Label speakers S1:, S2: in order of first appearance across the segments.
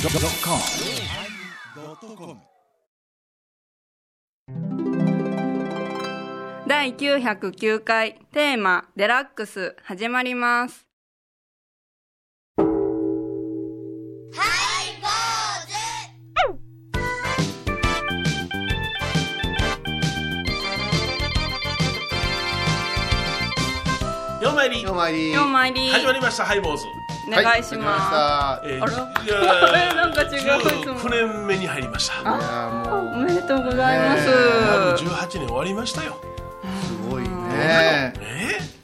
S1: yosmir
S2: 第909回テーマ「デラックス」始まります
S3: ようまいり
S4: ようまいり
S2: 今日参り
S3: 始まりましたハイボーズ、
S2: お願いしま
S4: はい
S3: え
S2: あら
S3: いやー
S2: なんか違ういつも
S3: 19年目に入りました
S4: 始まりましたいや
S2: す、
S4: ー
S2: おめでとうございます、
S4: ね
S3: 丸18年終わりましたよ
S4: もうすごいね
S3: ね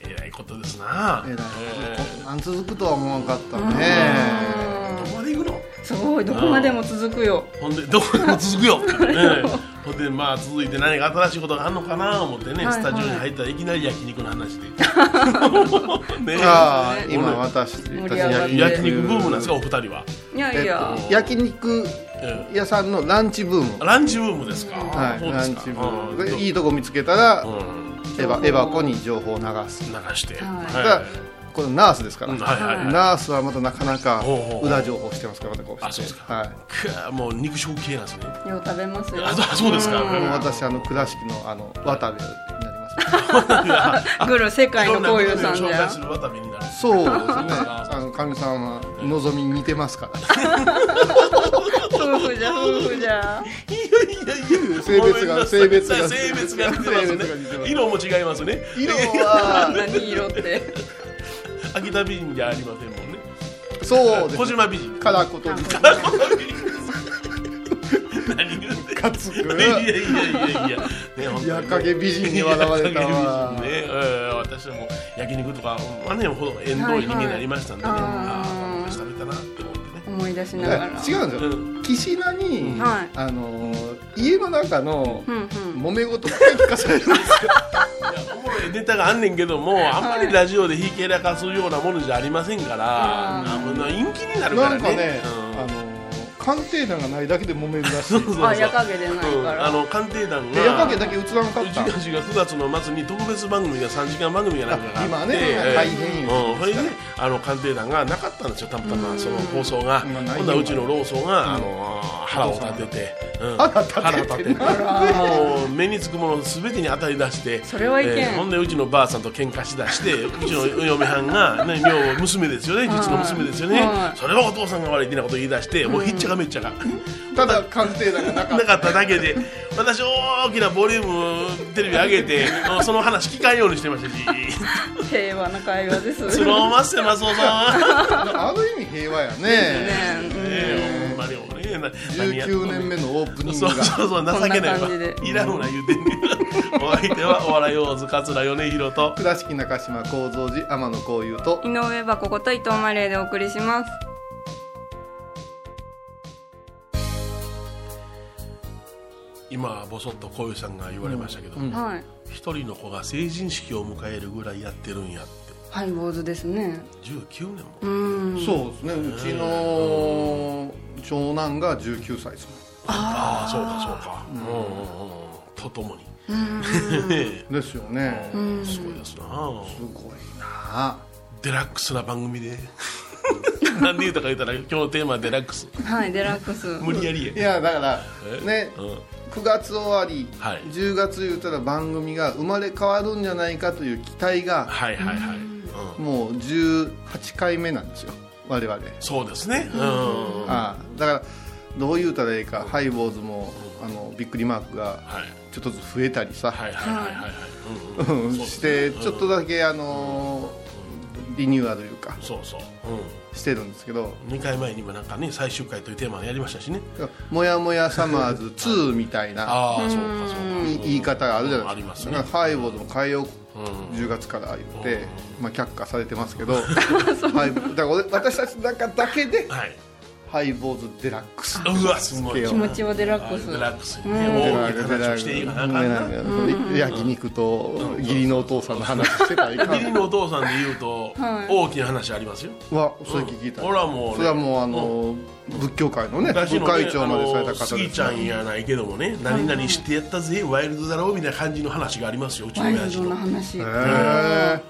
S3: ええらいことですな、
S4: えらい
S3: え
S4: こんなん続くとは思わなかったね
S3: ーどこまで行くの
S2: すごいどこまでも続くよ
S3: ほんでどこでも続くよ、ええほんでまあ続いて何か新しいことがあるのかなと思ってね、
S2: はいはい
S3: スタジオに入ったらいきなり焼肉の話 でね
S4: あ
S3: え
S4: ー今私たち
S2: 盛り上がって
S3: 焼肉ブームなんですかお二人は、
S2: いやい
S4: え
S2: や、
S4: っと焼肉
S3: え
S4: 屋さんのランチブーム
S3: えランチブームですか、
S4: はい
S3: そうで
S4: ラ
S3: す
S4: ン
S3: か
S4: チブー
S3: う
S4: ム
S3: ん
S4: いいとこ見つけたら
S3: うん
S4: エヴァエヴァ子に情報を流す
S3: 流して、
S2: はい
S4: だからこれナースですから、
S3: うんはいはいはい
S4: ナースはまたなかなか
S3: ほうほう
S4: 裏情報してますからまたこうして
S3: あそうですか
S4: はい、
S3: くわもう肉食系なんですね
S2: よう食べますよ
S3: あそうあそうですか、
S4: もう私あの倉敷のあの渡部になります
S2: グル世界
S3: い
S2: の
S3: ろんなこ
S2: こう
S3: と
S2: い
S3: で
S2: うさんじ
S3: 紹介
S2: ゃ
S3: するわためになる
S4: そうですね。あの神さんはのぞみに似てますから。
S2: 夫婦じゃ夫婦じゃ
S3: いやいやいや
S4: 性別が
S3: 性
S4: 性
S3: 別
S4: 別
S3: が
S4: が
S3: 性別が似てます
S4: 性別が似てま
S3: ね
S4: す
S3: 色も違いますね
S4: 色
S2: あん
S4: は
S2: なに色って
S3: 秋田美人じゃありませんもんね
S4: そうで
S3: 小
S4: す。
S3: 島美人
S4: からことに
S3: 何言うて
S4: かつく
S3: いやいやいやいやね本当に
S4: やかげ美人に笑われたわ
S3: ね、えー私はもう焼肉とかマネほど縁遠い人間になりましたんでね、
S2: はいはい
S3: あ
S2: あー
S3: あ昔食べたなって思ってね
S2: 思い出しながら
S4: 違うんです
S3: う
S4: よ。
S3: ん
S4: 岸田に、
S2: はい
S4: あの家の中の
S2: うんうん
S4: 揉め事が聞かされるんですよ。
S3: いやおもろいネタがあんねんけどもあんまりラジオでひけらかすようなものじゃありませんから、あもうな陰気になるか
S4: な
S3: らね
S4: んかね、
S3: うん
S4: あの鑑定団がないだけで揉めるらし
S3: そう
S4: い。
S3: そうそう
S2: あ夜影でない
S3: うん
S2: から、
S3: あの鑑定団が
S4: で夜影だけ器が買
S3: う
S4: っ
S3: ち
S4: た
S3: が。ちが9月の末に特別番組が3時間番組がなんかがあって
S4: 今ね
S3: ええ
S4: 大変よ
S3: うん、それであの鑑定団がなかったんですよたまたまその放送が
S4: 今
S3: 今
S4: ないよ
S3: 度はうちの老僧が、あの腹を立てて、うん、
S4: 腹立てて
S3: もう目につくもの全てに当たり出して
S2: それはいけん
S3: ほんでうちのばあさんと喧嘩しだしてうちの嫁はんが、ね、両娘ですよね実の娘ですよね
S2: はい
S3: それはお父さんが悪いってなこと言い出してもうひっちゃかめっちゃか。
S4: ただ鑑定団がなかっ
S3: なかっただけで私大きなボリュームテレビ上げてその話聞かんようにしてましたし
S2: 平和な会話です
S3: 「スローマッセ松尾さん
S4: た。ある意味平和やね。」
S3: ええほんまに俺な何や
S4: 19年目のオープニング
S3: そう
S4: が。
S3: そうそう情けない
S2: こんな
S3: わ
S2: 感じで
S3: いらんわ言うてんねん お相手はお笑い王子桂米広と
S4: 倉敷中島幸三寺天野幸雄と
S2: 井上はここと伊藤マレーでお送りします
S3: 今ボソッとこういうさんが言われましたけど
S4: うん
S2: はい
S3: 一人の子が成人式を迎えるぐらいやってるんやって
S2: ハイボーズですね
S3: 19年も
S2: うん
S4: そうですねうちの長男が19歳です
S3: ああそうかそうかうんうんうんうんとともに ね
S4: もんですよね
S3: えすごいですな
S4: すごいな
S3: デラックスな番組で なんで言うたか言ったら今日のテーマはデラックス
S2: はいデラックス
S3: 無理やり
S4: い
S3: や
S4: やだから
S3: え
S4: ね
S3: うん
S4: 9月終わり、
S3: はい
S4: 10月言ったら番組が生まれ変わるんじゃないかという期待が
S3: はいはいはい、うん、
S4: もう18回目なんですよ我々、
S3: そうですねうんは
S4: ああだからどう言うたらええか、ハイボーズもあのびっくりマーク
S3: い
S4: が
S3: はい
S4: ちょっとずつ増えたりさ、
S3: はいはいはいはいうんうん
S4: うんしてちょっとだけあのーリニューアルというか
S3: そうそう、
S4: してるんですけど
S3: うん、2回前にもなんかね最終回というテーマやりましたしね
S4: 「もやもやサマーズ2」みたいな
S3: ああそうかそうか
S4: い言い方があるじゃな
S3: う
S4: いですか
S3: んありますね
S4: だからハイボーズも変えよう10月から言って まあ却下されてますけどハイボーズだから俺私たちの中だけで
S3: はい
S4: ハイボーズデラックス
S3: うわすごい
S2: 気
S4: つけよう
S2: 持ちをデラッ
S3: あ
S2: クス
S3: デラックス
S2: ん
S4: デラ
S3: 大
S4: ッ
S3: きな
S4: クス
S3: 話をしていいかなあかんな
S4: うん焼肉と義理のお父さんの話してたらいか
S3: 義理
S4: ん
S3: のお父さんで言うと
S2: はい
S3: 大きな話ありますよ
S4: わそれ聞いた
S3: ほらもうね
S4: それはもうあの仏教界のね
S3: 昔
S4: 部
S3: のね
S4: 会長までされた
S3: あの
S4: 方
S3: 杉
S4: です
S3: ちゃんやないけどもね何々してやったぜワイルドだろうみたいな感じの話がありますようちの
S2: ワイ
S3: 親
S2: ル
S3: 父
S2: ドな
S3: の
S2: 話、
S4: へえ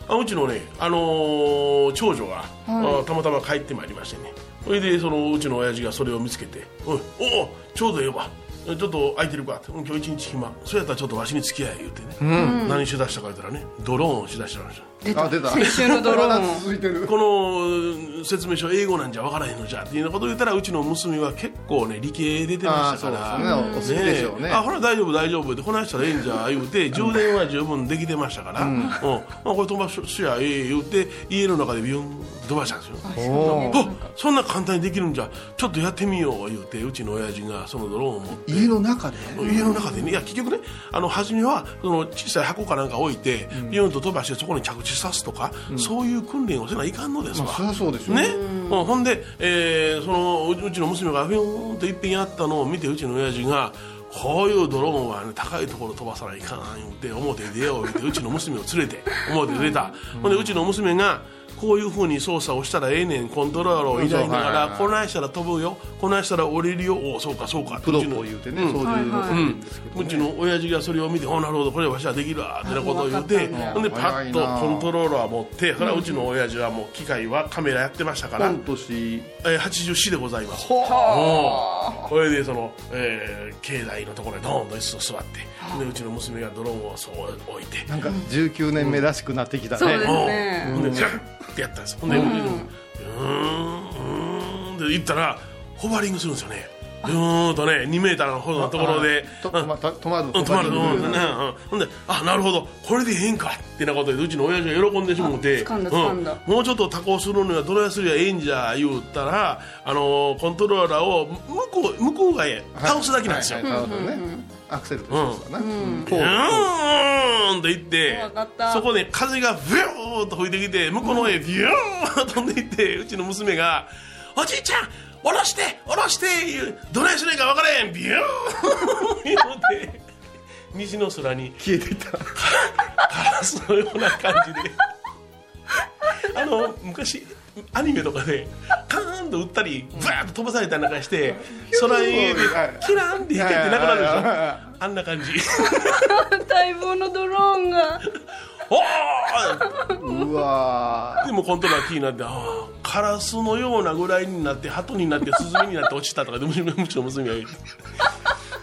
S3: あうちのね、あのー長女が、あたまたま帰ってまいりましてねそれでそのうちの親父がそれを見つけて「おいおおちょうどええわちょっと空いてるか」うん今日一日暇そうやったらちょっとわしに付き合え」言うてね、何しだしたか言ったらねドローンをしだしたんですよ
S2: 出た
S4: あ出た
S2: 先週のドローン
S4: まだ 続いてる
S3: この説明書英語なんじゃわからへんのじゃっていうようなことを言ったらうちの娘は結構ね理系出てましたから
S4: あーそうですねお好きでしょうね
S3: あほら大丈夫大丈夫ってこないしたらええんじゃ言うて充電は十分できてましたから、うんあこれ飛ばしやええ言うて家の中でビュン飛ばしたんですよ
S4: おー
S3: あそんな簡単にできるんじゃちょっとやってみよう言うてうちの親父がそのドローンを持って
S4: 家の中で
S3: 家の中でねいや結局ねあの初めはその小さい箱かなんか置いてビヨンと飛ばしてそこに着地さすとか、そういう訓練をせないかんのです
S4: ま
S3: わ、
S4: あそりゃそうでしょう
S3: ね、うんほんで、えーそのううちの娘がビヨーンといっぺんやったのを見てうちの親父がこういうドローンは、ね、高いところ飛ばさないかんって表へ出ようってうちの娘を連れて表へ出た、ほんでうちの娘がこういうふうに操作をしたらええねんコントローラーをいないながら、
S4: そうはい
S3: こないしたら飛ぶよこないしたら降りるよおうそうかそうか
S4: プロポ
S3: うちの
S4: 言うてね操縦の
S2: はいは
S4: んですけど
S3: うちの親父がそれを見て、おなるほど、これわしはできるわってなことを言って、
S2: あわかったんだ
S3: ほんで、パ
S4: 早
S3: ッ
S4: い
S3: と
S4: な
S3: コントローラー持って、それはうちの親父はもう機械はカメラやってましたから
S4: 御、年
S3: えー84でございます。うんこれでその、えー境内のところにドーンと椅子を座って、でうちの娘がドローンをそう置いて、
S4: なんか19年目らしくなってきた
S2: そうです
S4: ね
S2: ね
S3: うんほんで、ジャンってやったんです。ほんで、うーん、うーんって言ったら、ホバリングするんですよね。うーんとね、2メーターほどのところで、
S4: と
S3: うん
S4: また止まる
S3: うん、止まるの、うんうんうん、ほんであなるほどこれでええんかってなことでうちの親父が喜んでしもうて
S2: あ掴んだ掴んだ
S3: うんもうちょっと多幸するにはどないすりゃええんじゃ言うたら、あのーコントローラーを向こう向こう側へ倒すだけなんですよ、
S4: はいはいはいなるほどねアクセルと一緒ですわなこう
S3: うーんって言って
S2: わかった
S3: そこで風がビューッと吹いてきて向こうの方へビューッと飛んでいってうちの娘が「おじいちゃん下ろして下ろして」言うどないすればいいか分からへんビューッ言うて西の空に
S4: 消えていった
S3: カラスのような感じであの昔アニメとかでカーンと打ったりブワーッと飛ばされたりなんかして空へでキラーンって光ってなくなるでし
S4: はいはいはい
S3: ょ
S4: は
S3: あんな感じ
S2: 待望のドローンが
S3: おー
S4: うわ
S3: でもコントローラーキーになってああカラスのようなぐらいになって鳩になってスズメになって落ちたとかでむしろむしろ娘が言う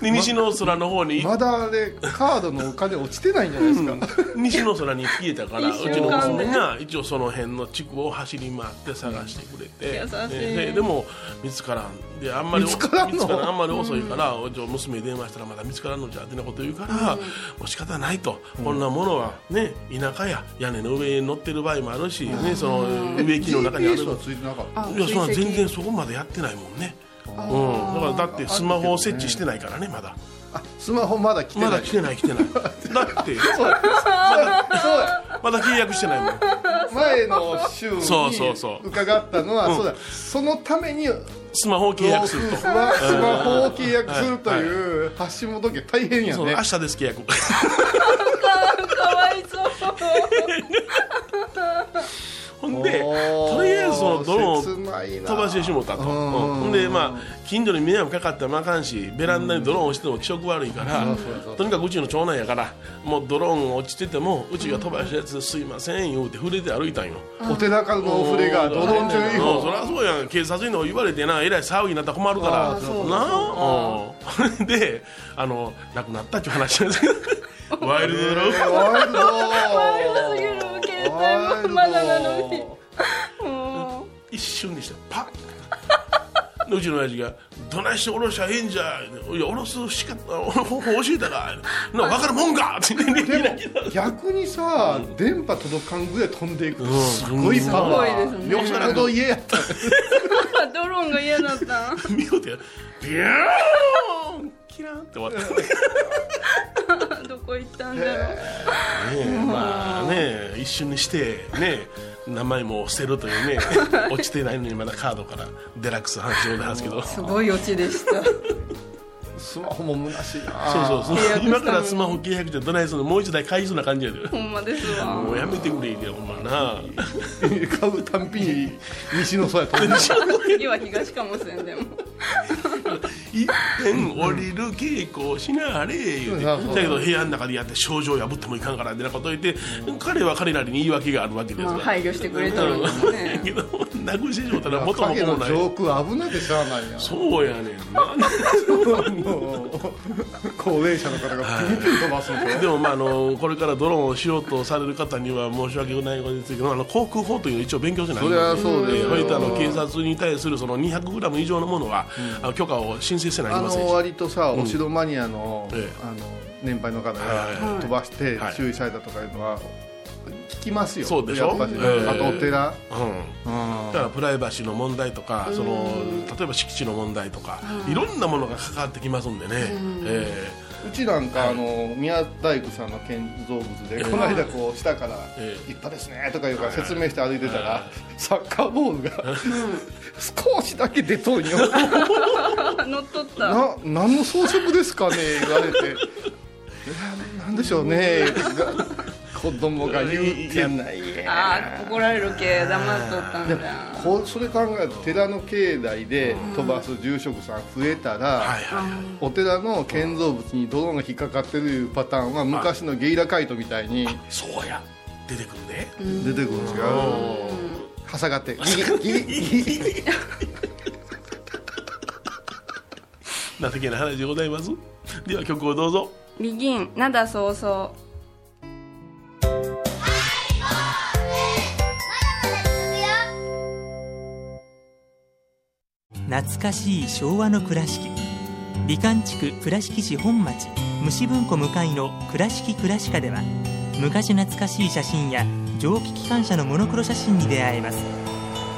S3: で西の空の方に
S4: ーまだあれカードのお金落ちてないんじゃないですか
S3: 西の空に消えたからう
S2: 一
S3: ち
S2: 週間で
S3: の娘が一応その辺の地区を走り回って探してくれて、
S2: 優しい
S3: ねでも見つからんであんまり
S4: 見つからん
S3: 見
S4: の
S3: つあんまり遅いから、うちの娘に電話したらまだ見つからんのじゃってなこと言うから、もう仕方ないと、こんなものはね田舎や屋根の上に乗ってる場合もあるし、ね、その植木の中にある
S4: GPS はついてなかった
S2: あ
S3: いやそん
S2: 追跡
S3: な全然そこまでやってないもんね、うん、だからだってスマホを設置してないからねまだ
S4: あスマホまだ来て
S3: ま
S4: な
S3: だ
S4: い
S3: 来てない来て ないだって
S4: そうそうや
S3: まだ契約してないもん
S4: 前の週に
S3: そうそうそう
S4: 伺ったのはそうだそのために老
S3: スマホを契約すると
S4: 夫婦はスマホを契約するという橋本家大変や
S3: そう
S4: ね
S3: 明日です契約
S2: かわいそう
S3: ほんでとりあえずそのドローンを飛ばしてしもうたと、うん
S4: ん
S3: ほんでまあ近所に迷惑かかったらまああかんしベランダにドローン落ちても気色悪いから、とにかくうちの長男やからもうドローン落ちててもうちが飛ばしたやつすいません言うて触れて歩いたんよ、
S4: お手中のお触れがドローン中
S3: うんそ
S4: 以
S3: り
S4: 降
S3: ゃそうやん警察にも言われてなえらい騒ぎになったら困るから
S2: あーそう
S3: なあうん であの亡くなったっていう話なんですけどワイルドドローン
S4: ワイルド
S2: ワイルドすぎる携帯もまだなのにもう
S3: 一瞬でしたよパッでうちの親父が「どないして下ろしゃええんじゃ」「いや下ろすしか方法教えたか」な「分かるもんか」って言って
S4: でも逆にさ電波届かんぐらい飛んでいくってすごいパワ
S2: すごい
S4: ー
S2: で
S4: よ
S2: す
S3: ね
S4: ほど家やった
S2: ドローンが嫌だった
S3: 見事やビューンキラーンって終わった
S2: どこ行ったんだろう
S3: ねえまあねえ一瞬にしてねえ名前も捨てるとい うね落ちてないのにまだカードからデラックス話をなんですけど
S2: すごいオチでした
S4: スマホも虚しいな
S3: そうそうそう
S2: 契約したのに
S3: 今からスマホ契約してどないするのもう一台買いそうな感じや で
S2: ほんまです わ
S3: もうやめてくれよほんまな
S4: 買うたんびに西の空やと
S2: 次は東かもしれんでも
S3: 一遍降りる稽古をしなあれ言うて
S4: うん
S3: だけど部屋の中でやって症状破ってもいかんからみたいなこと言って彼は彼なりに言い訳があるわけですから、
S2: まあ配慮してくれたのにね
S3: うんや けどなくしてしもたら元も
S4: 影
S3: 子も
S4: の
S3: ない
S4: 上空危ないでしゃあないや
S3: そうやねんな
S4: もう高齢者の方がピュンピュン飛ばすんで
S3: でも、まあ、あのこれからドローンをしようとされる方には申し訳ないことですけどあの航空法というのを一応勉強しないと
S4: それはそうですよ
S3: えーとあの警察に対するその 200g 以上のものは、あの許可を申請せないと
S4: あ
S3: いけません
S4: の
S3: し
S4: 割とさ、お城マニアの,、
S3: ええ
S4: あの年配の方
S3: はい
S4: が飛ばして
S3: はい
S4: 注意されたとかいうのは聞きますよ、
S3: そうでしょ
S4: やっぱり、
S3: ええ
S4: あとお寺、
S3: うん
S4: うん
S3: だからプライバシーの問題とかその例えば敷地の問題とかいろんなものが関わってきますんでね、え
S4: うちなんか、あの宮大工さんの建造物で、この間こう下から「
S3: ええ
S4: 立派ですね」とか言うから説明して歩いてたら、サッカーボールが、少しだけ出とんよ
S2: あ 乗っ取った
S4: な何の装飾ですかね言われていやなんでしょうねが子供が言うてない
S2: あー怒られるけ黙っとったんだ
S4: こうそれ考えると寺の境内で飛ばす住職さん増えたら、
S3: ーはいはいはい
S4: お寺の建造物にドローンが引っかかってるいうパターンは昔のゲイラカイトみたいに
S3: そうや出てくるね、
S4: 出てくるんですよはさがってギリギリギリギリ
S3: 情けない話でございますでは曲をどうぞ
S2: ビギンなだそうそう
S1: 懐かしい昭和の倉敷美観地区倉敷市本町虫文庫向かいの「倉敷倉歯科」では昔懐かしい写真や蒸気機関車のモノクロ写真に出会えます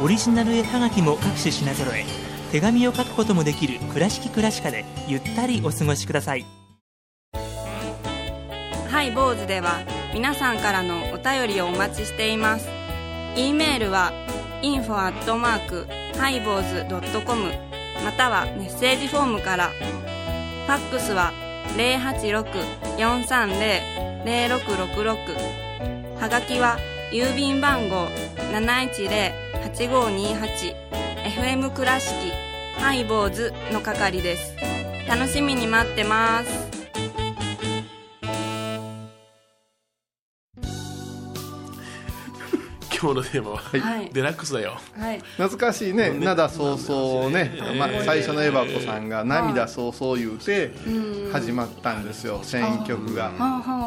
S1: オリジナル絵はがきも各種品揃え手紙を書くこともできる「倉敷倉歯科」でゆったりお過ごしください
S2: ハイボーズでは皆さんからのお便りをお待ちしています。e メールは info アットマークハイボーズドットコムまたはメッセージフォームから。ファックスは086-430-0666はがきは郵便番号710-8528 FM 倉敷ハイボーズの係です。楽しみに待ってます。
S3: 今日のテーマは、
S2: はい
S3: デラックスだよ
S2: はい。
S4: 懐かしいね「涙そうそうね」まあ、最初のエバコさんが「涙そうそう」言うて始まったんですよ選曲が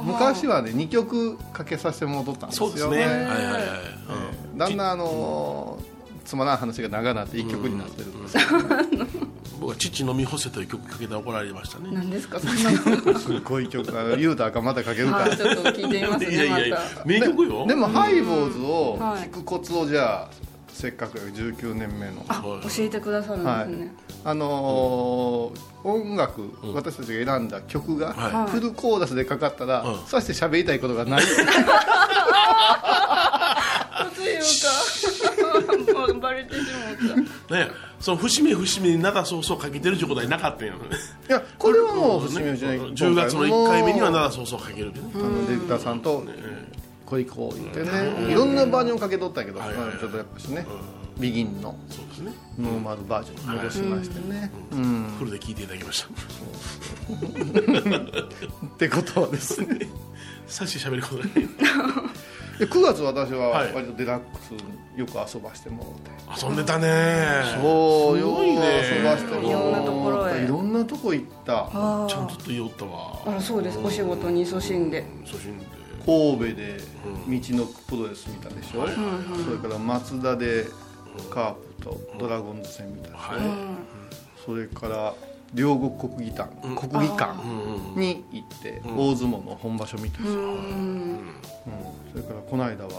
S4: 昔はね2曲かけさせてもらっとったんですよ
S3: そうですねはいはいはい、
S4: だんだんあのーつまらん話が長なって1曲になってるんですよ
S3: うん僕は「父飲み干せ」という曲かけて怒られましたね
S2: 何ですかそんなの。
S4: すごい曲あの言うたらあかんまたかけるか
S2: あ
S4: ら
S2: ちょっと聞いてみます
S3: いやいや
S2: ね
S3: い
S2: ま
S3: や
S2: た。
S3: 名曲よ
S4: でもハイボーズを
S2: はい
S4: 聴くコツをじゃあせっかくやけど19年目の
S2: あ教えてくださるんです
S4: はい
S2: ね。
S4: あのー音楽、私たちが選んだ曲が、
S3: はい
S4: フルコーラスでかかったら、
S3: うん
S4: さして喋りたいこと がない
S2: というかもうバレてしまっ
S3: ねその節目節目に灘そうそうかけてるってことはなかったんや
S4: いやこれはもう節目節目
S3: 10月の1回目には
S4: な
S3: 灘そうそうかけるでね
S4: あのディレクターさんとこれいこう言ってねいろんなバージョンかけとったけど、
S3: いはいはい
S4: まあちょっとやっぱしね、ビギンの
S3: そうですね
S4: ノーマルバージョンに戻しましてね、
S3: フルで聴いていただきました
S4: ってことはですね
S3: さっし喋ることない
S4: で9月私は
S3: はい
S4: 割とデラックスよく遊ばしてもらって、
S3: 遊んでたね
S4: おー
S3: すごいね
S4: 遊ばしてもらって
S2: いろんなところへ
S4: いろんなとこ行った
S2: た。
S3: ちゃんと言おったわ
S2: あそうですお仕事に勤しんで。
S3: 初心で
S4: 神戸で道のプロレス見たでしょ、それから松田でカープとドラゴンズ戦見たでしょ、
S3: は
S4: それから両国国技館、国技館に行って大相撲の本場所見たでしょ、うんそれからこの間は、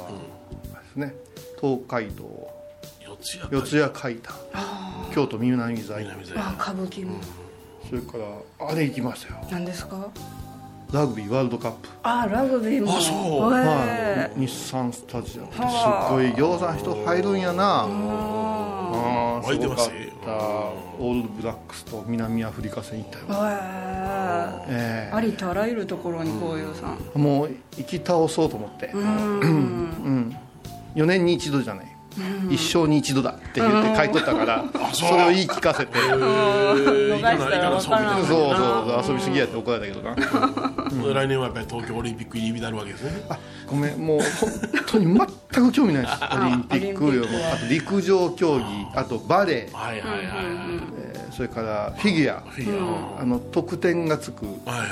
S4: あれですね東海道
S3: い四つや
S4: 四谷階段京都南座
S3: 南座
S2: あ歌舞伎も
S4: それからあれ行きましたよ
S2: 何ですか。
S4: ラグビーワールドカップ
S5: あラグビーも
S3: あそう
S5: へ
S4: は
S5: え
S4: い、日産スタジアムってすっ
S5: はあ
S4: ごい餃子人入るんやなあー
S3: 湧いてます
S4: すごかったオールブラックスと南アフリカ戦行ったよ、
S5: へえ
S4: え
S5: ありとあらゆるところにこういうさん
S4: えもう行き倒そうと思って、
S5: うん
S4: 4年に一度じゃない、一生に一度だって言って書いとったから、
S3: そう
S4: それを言い聞かせて、
S3: えー、いか
S5: 逃
S3: な
S5: し
S3: い
S5: たら
S3: かな
S5: 分
S3: そう
S5: か
S3: み
S5: ら
S3: た
S5: ん
S3: い
S4: そう
S3: な
S4: そうそう遊びすぎやって怒られたけどな
S3: 来年はやっぱり東京オリンピック入りになるわけですね
S4: あごめんもう本当に全く興味ない ですオリンピックよ
S5: オリンピック
S4: あと陸上競技あとバレー、
S3: はいはいはいはい
S4: えーそれからフィギュア
S3: フィギュアは
S4: あの得点がつく
S3: いはいはい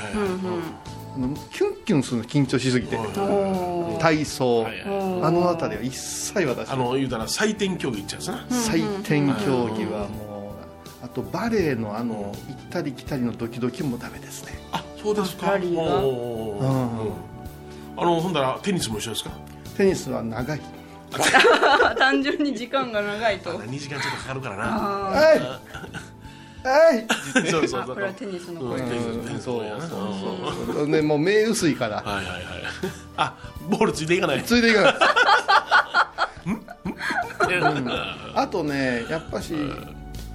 S4: あのキュンキュンするの緊張しすぎて
S5: お
S4: 体操、
S3: はいは
S4: あの辺りは一切私
S3: あの言うたら採点競技いっちゃうんですな
S4: 採点競技はもうあとバレーのあの行ったり来たりのドキドキもダメですね
S3: あそうですか
S5: ラリーが
S3: おー
S4: うん
S3: あのほんだらテニスも一緒ですか
S4: テニスは長い
S5: ー単純に時間が長いと
S3: 2時間ちょっとかかるからな
S4: 「はいはい!」
S3: そう そうそ
S5: こ
S3: う
S5: れはテニスの
S3: うん
S5: 声
S3: テニステニス
S4: そう
S3: のやなうん
S4: そうそうねもう目薄い から
S3: はい はいはいあボールついていかない
S4: ついていかない
S3: は
S4: あとねやっぱし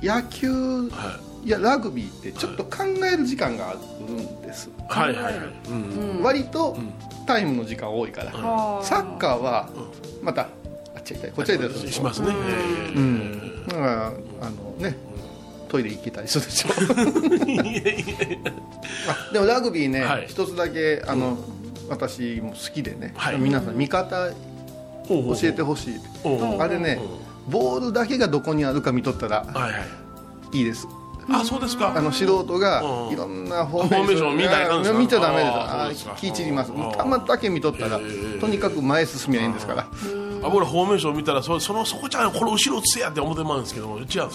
S4: 野球いやラグビーってちょっと考える時間があるんで
S3: い
S4: す
S3: はいはいうん
S4: 割とタイムの時間多いから
S5: あー
S4: サッカーはまたあっち行ったりこっち行ったり
S3: しますねえ
S4: だからあのねトイレ行けたりするでしょあ でもラグビーね、
S3: はい
S4: 一つだけあの、私も好きでね、
S3: はい
S4: 皆さん見方
S3: ーほうほうほ
S4: 教
S3: う
S4: えてほしい
S3: ほうほう
S4: あれねボールだけがどこにあるか見とったら
S3: はいはい
S4: いいです
S3: あそうです
S4: あ
S3: か
S4: の素人が
S3: うん
S4: いろんなフ
S3: フ
S4: ォ
S3: ォーメーション見たらいかんですか
S4: 見ちゃダメです
S3: あー
S4: あ
S3: そうですか
S4: ー気散ります
S3: うん
S4: 頭だけ見とったら
S3: へー
S4: とにかく前進みゃいいんですから
S3: あ僕らフォーメーション見たらそそのそこちゃうこれ後ろつやって思ってまうんですけども違うんですね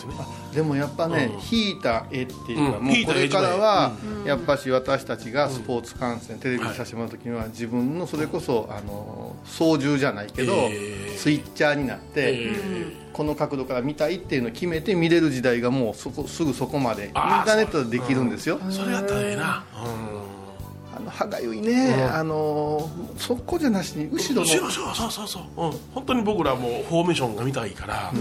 S4: でもやっぱね、
S3: うん
S4: 引いた絵っていうか、
S3: うん
S4: もう
S3: 引い
S4: こ
S3: た絵
S4: れ
S3: 自
S4: か
S3: 体
S4: らは、やっぱし私たちがスポーツ観戦、テレビにさせてもらう時には、自分のそれこそあの操縦じゃないけど、
S3: えー
S4: スイッチャーになって、
S3: え
S4: この角度から見たいっていうのを決めて見れる時代がもうそこすぐそこまでインタ
S3: あー
S4: ーネットでできるんですよ。
S3: ーそれやったらええなうん
S4: あの歯がゆいね、あのそこじゃなしに後ろの
S3: 後ろそうそうそうそう、うん、本当に僕らもフォーメーションが見たいから、う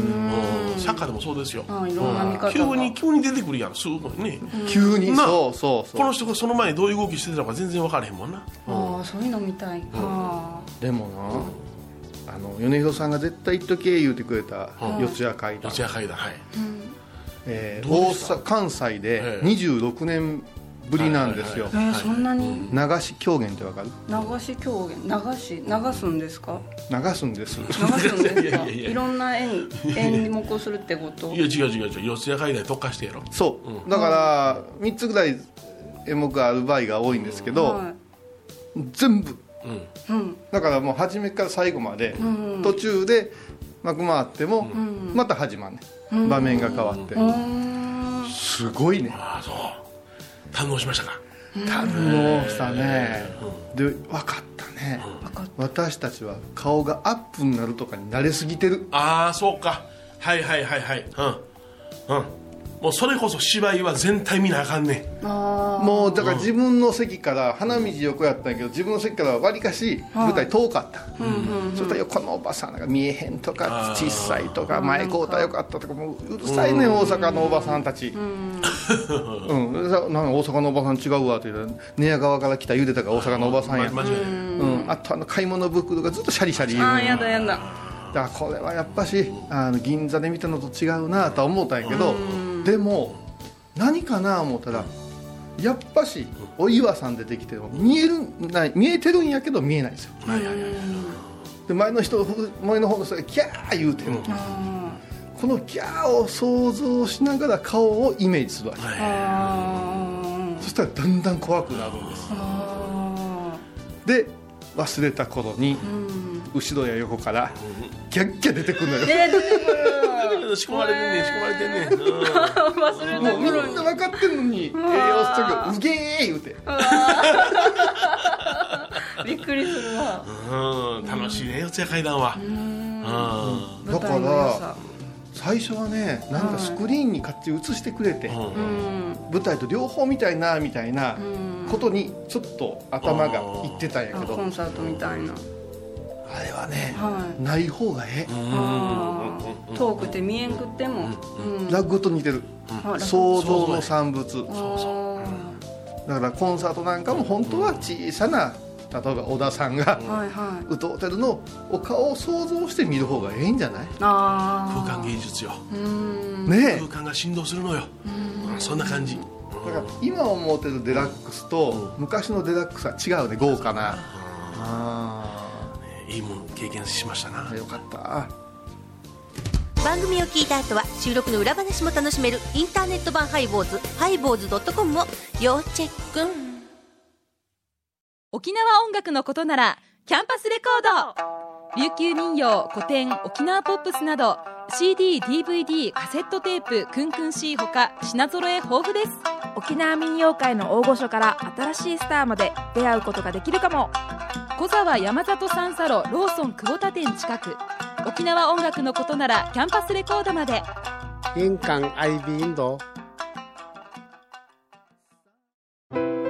S3: んサッカーでもそうですよ、
S5: あいろんな見方が
S3: 急に急に出てくるやんすごいね、
S4: 急に、
S3: な
S4: そうそうそう
S3: この人がその前にどういう動きしてたのか全然分からへんもんな
S5: ああそういうのみたいか
S4: でもな、あの米広さんが絶対言っとけ言うてくれた
S3: うん
S4: 四谷階段
S3: 四、谷階段はい
S4: えー
S3: どう
S4: 大
S3: でした
S4: 阪関西
S3: え
S4: で
S3: え
S4: 26年ぶりなんですよ、
S3: はい
S5: えーそんなに
S4: 流し狂言ってわかる
S5: 流し狂言流し流すんですか
S4: 流すんです
S5: 流すんですか
S3: いやいやいや
S5: いろんな絵に演目をするってこと
S3: いや違う違う違う四谷階段に特化してやろ
S4: そう、だから3つぐらい演目がある場合が多いんですけど、
S5: は
S4: 全部
S3: う、うん、
S5: いうん
S4: だからもう初めから最後まで、
S5: ん
S4: 途中で幕回っても、
S5: ん
S4: また始まんね、場面が変わって、
S5: うーん
S4: すごいね
S3: ああそう堪能しましたか
S4: 堪能したね、で分かったね、
S5: 分かっ
S4: 私たちは顔がアップになるとかに慣れすぎてる
S3: ああそうかはいはいはいはいうんうんもうそれこそ芝居は全体見なあかんねん
S5: あ
S4: もうだから自分の席から花道横やったんやけど自分の席からわりかし舞台遠かった、そしたら横のおばさんが見えへんとか
S3: あー
S4: 小さいとか前交代よかったとかもううるさいねん大阪のおばさんたちうん、うるさなんか大阪のおばさん違うわって言うたら寝屋川から来たゆでたが大阪のおばさんや、
S3: ま間違いない
S4: うん、あとあの買い物袋がずっとシャリシャリ言う
S5: あ
S4: の
S5: あやだやだ
S4: だからこれはやっぱしあの銀座で見たのと違うなとは思ったんやけどでも何かな思ったらやっぱしお岩さん出てきても見えるない見えてるんやけど見えないんですよ
S3: はいはいはい
S4: で前の人前の方の人がキャー言うてる
S5: あ
S4: このキャーを想像しながら顔をイメージするわけ
S5: ーあー
S4: そしたらだんだん怖くなるんです
S5: あ
S4: で忘れた頃に
S5: ーうん
S4: 後ろや横からギャッギャ出てくるのよ
S5: えー出てくる
S3: 仕込まれてんねん仕込まれてんねん、うん
S5: 忘れ
S4: も
S5: た
S4: うみん
S5: 頃
S4: な
S5: に
S4: 分かってるのに栄養士長が「うげえ!」言うて
S5: びっくりするわ
S3: うん楽しいね四谷階段はうん
S4: だ
S5: 舞
S4: か
S5: 台の良
S4: ら
S5: さ
S4: 最初はねなんかスクリーンに勝ち映してくれて、
S3: うん
S5: う
S3: う
S5: ん
S3: ん
S4: 舞台と両方見たいなみたいな
S5: うん
S4: ことにちょっと頭がいってたんや
S5: あ
S4: けど
S5: コンサートみたいな
S4: あれはね
S5: はい
S4: ない方がえ
S3: うん
S5: あー遠くて見えんくっても
S4: えラグと似てる想像の産物
S5: そうそ
S4: だからコンサートなんかも本当は小さな例えば小田さんが
S5: はいはい
S4: 歌うてるのをお顔を想像して見る方がええんじゃない
S5: ああ
S3: 空間芸術よ
S5: うん
S4: ね
S3: 空間が振動するのようんそんな感じ
S4: えだから今思ってるデラックスと昔のデラックスは違うね豪華なあ
S3: いいもの経験しましたな
S4: あよかった
S6: 番組を聞いた後は収録の裏話も楽しめるインターネット版ハイボーズハイボーズドットコムを要チェック
S7: 沖縄音楽のことならキャンパスレコード琉球民謡古典沖縄ポップスなど CDDVD カセットテープクンクン C ほか品揃え豊富です
S8: 沖縄民謡界の大御所から新しいスターまで出会うことができるかも
S7: 小沢山里三佐路ローソン久保田店近く沖縄音楽のことならキャンパスレコードまで
S9: 印鑑 IB インド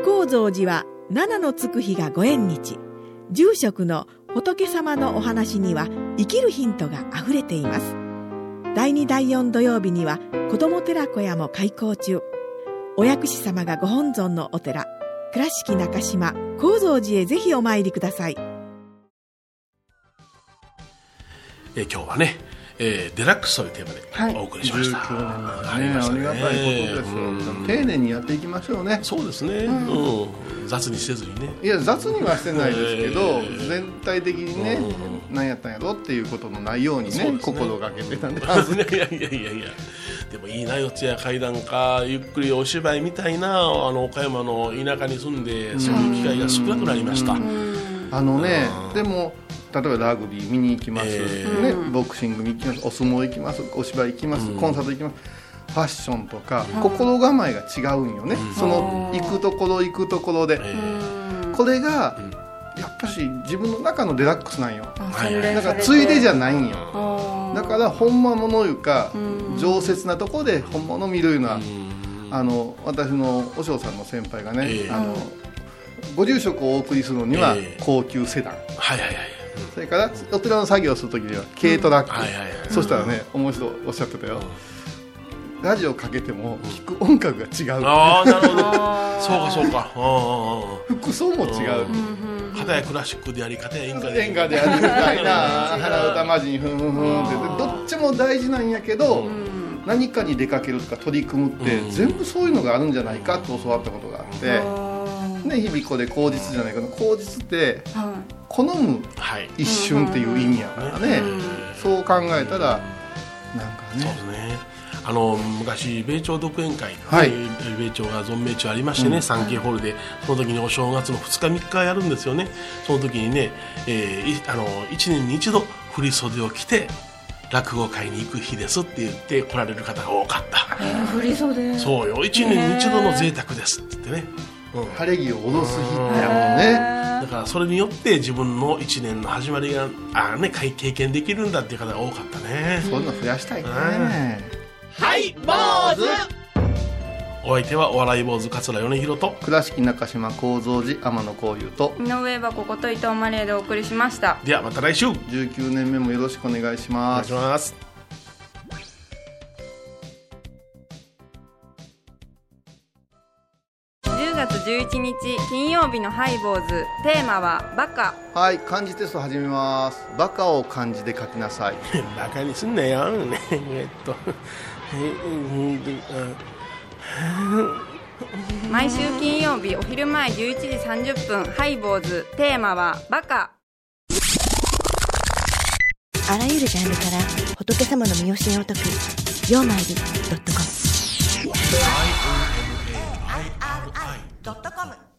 S10: 高蔵寺は七のつく日がご縁日住職の仏様のお話には生きるヒントがあふれています第2第4土曜日には子ども寺小屋も開校中お薬師様がご本尊のお寺倉敷中島・高蔵寺へぜひお参りください
S3: えー今日はね、えーデラックスというテーマでお送りしました、
S4: 19
S3: あり
S4: 年
S3: ま
S4: の
S3: した
S4: ねありがたいことですよ、
S3: うん
S4: 丁寧にやっていきましょうね
S3: そうですね、うん雑にせずにね
S4: いや雑にはしてないですけど、
S3: えー
S4: 全体的にね、
S3: う
S4: 何やったんやろっていうことのないように
S3: そう
S4: ね
S3: ですね
S4: 心がけてたんで
S3: いやいやいやいやいやでもいいな四谷階段かゆっくりお芝居みたいなあの岡山の田舎に住んでそういう機会が少なくなりました、
S4: あのねでも例えばラグビー見に行きます、
S3: え
S4: ね、ボクシング見に行きますお相撲行きますお芝居行きます、コンサート行きますファッションとか、心構えが違うんよね、その行くところ行くところで、
S3: えー
S4: これが、やっぱし自分の中のデラックスなんよ
S3: はいはい
S4: だからついでじゃないんよ
S5: あ
S4: だから本物のいうか常設なとこで本物見るいうのは
S3: うん
S4: あの私の和尚さんの先輩がね、
S3: ええ
S4: あのご住職をお送りするのには
S3: ええ
S4: 高級セダン、
S3: はいはいはい
S4: それからお寺の作業をする時には軽トラック、
S3: はいはいはい
S4: そしたらね面白いおっしゃってたよ、ラジオかけても聞く音楽が違う、
S3: ああなる ほどそうかそうかうん
S4: 服装も違
S3: う
S4: う、
S3: んうん片やクラシックであり片や演歌であ
S4: 演
S3: り
S4: 歌でやるみたいな腹歌まじにふんふんふんってどっちも大事なんやけど、何かに出かけるとか取り組むって、
S3: うん
S4: 全部そういうのがあるんじゃないかって教わったことがあって、ね、日々これ口実じゃないけど口実って好む
S3: はい
S4: 一瞬っていう意味やからね、そう考え
S3: そうで
S4: たらなんかね
S3: すね。あの昔米朝独演会、
S4: はい
S3: えー米朝が存命中ありましてね、サンキーホールでその時にお正月の2日3日やるんですよねその時にね、えーいあの1年に一度振り袖を着て落語会に行く日ですって言って来られる方が多かった、
S5: 振り袖
S3: そうよ1年に一度の贅沢ですって言ってね、うん
S4: 晴れ着を下ろす日や
S3: だからそれによって自分の1年の始まりがあー、ね、かい経験できるんだっていう方が多かったね、
S4: もんね、そういうの増やしたいね、
S3: はい坊主お相手はお笑い坊主桂米広と
S4: 倉敷中島幸三寺天野幸雄と
S5: 井上はここと伊藤マレーでお送りしました
S3: ではまた来週お
S4: 19年目もよろしくお願いし
S3: 願
S4: ま
S3: い
S4: す
S3: します
S2: 10月11日金曜日のハイボーズテーマはバカ
S4: はい漢字テスト始めますバカを漢字で書きなさい
S3: バカにすんな よえっ とえうんうん
S2: 毎週金曜日お昼前11時30分ハイボーズテーマはバカ
S6: あらゆるジャンルから仏様の身教えを解く「曜マイり .com」
S3: INNAI.com